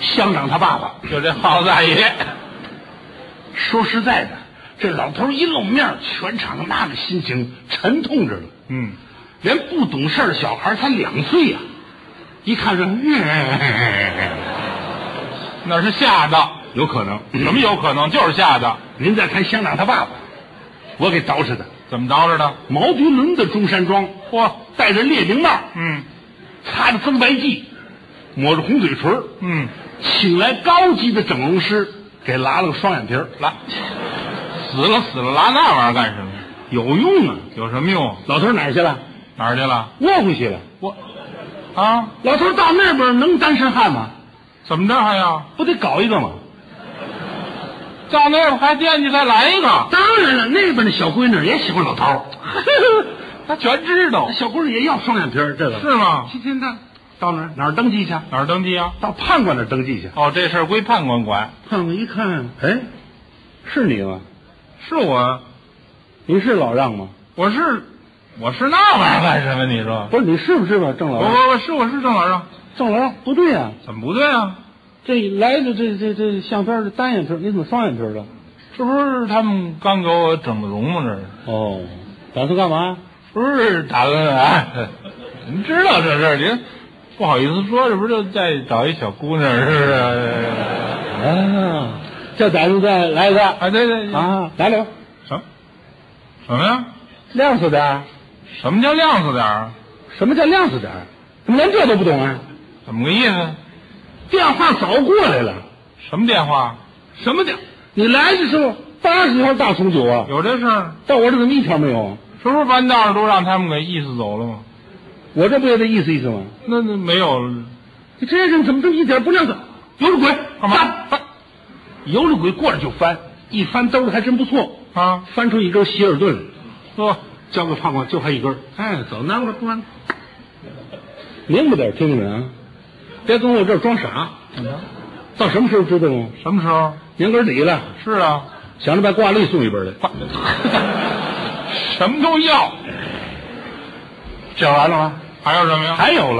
乡长他爸爸。就这郝大爷，说实在的，这老头一露面，全场那个心情沉痛着呢。嗯，连不懂事儿的小孩才两岁呀、一看嗯这，那是吓的，有可能。什么有可能？就是吓的，您再看乡长他爸爸，我给捯饬的怎么着着的？毛涤纶的中山装，嚯，戴着列宁帽，嗯擦着增白剂，抹着红嘴唇儿，嗯，请来高级的整容师给拉了个双眼皮儿拉，死了死了，拉那玩意儿干什么？有用啊！有什么用？老头儿哪儿去了？哪儿去了？窝回去了。我，啊，老头儿到那边儿能单身汉吗？怎么着还要不得搞一个吗？到那边还惦记再来一个？当然了，那边的小闺女也喜欢老头儿， 他全知道小闺女也要双眼皮儿，这个是吗？今天他到哪儿哪儿登记去？哪儿登记啊？到判官那儿登记去。哦，这事儿归判官管，判官一看，哎，是你吗？是我，你是老让吗？我是，我是那玩意儿干什么？你说？不是你是不是吧？郑我老让，我我是我是郑老师，郑老让不对呀、啊怎么不对啊？这来的这这这相片是单眼皮儿，你怎么双眼皮儿了？这不是他们刚给我整的容吗？这是哦，打算干嘛？不是打算啊？ 您知道这事儿，您不好意思说，这不就再找一小姑娘是不是？啊，这打算再来一个啊，对对啊，来两个什么什么呀？亮死点儿。什么叫亮子点儿？什么叫亮死点儿？怎么连这都不懂啊？怎么个意思？电话早过来了，什么电话？什么叫？你来的时候八十号大重九啊，有这事儿？到我这怎么一条没有？啊是不是半道上都让他们给意思走了吗？我这不也得意思意思吗？那那没有你这人怎么这么一点不亮子？有了鬼，干嘛翻？有了鬼，过来就翻，一翻兜里还真不错，啊？翻出一根希尔顿来。说哦交给判官就还一根儿。哎，走，拿过来，不然明白点儿听着啊，别跟我这儿装傻。怎么着？到什么时候知道吗？什么时候？年根儿底了，是啊，想着把挂历送一本来。什么都要。讲完了吗？还有什么呀？还有了。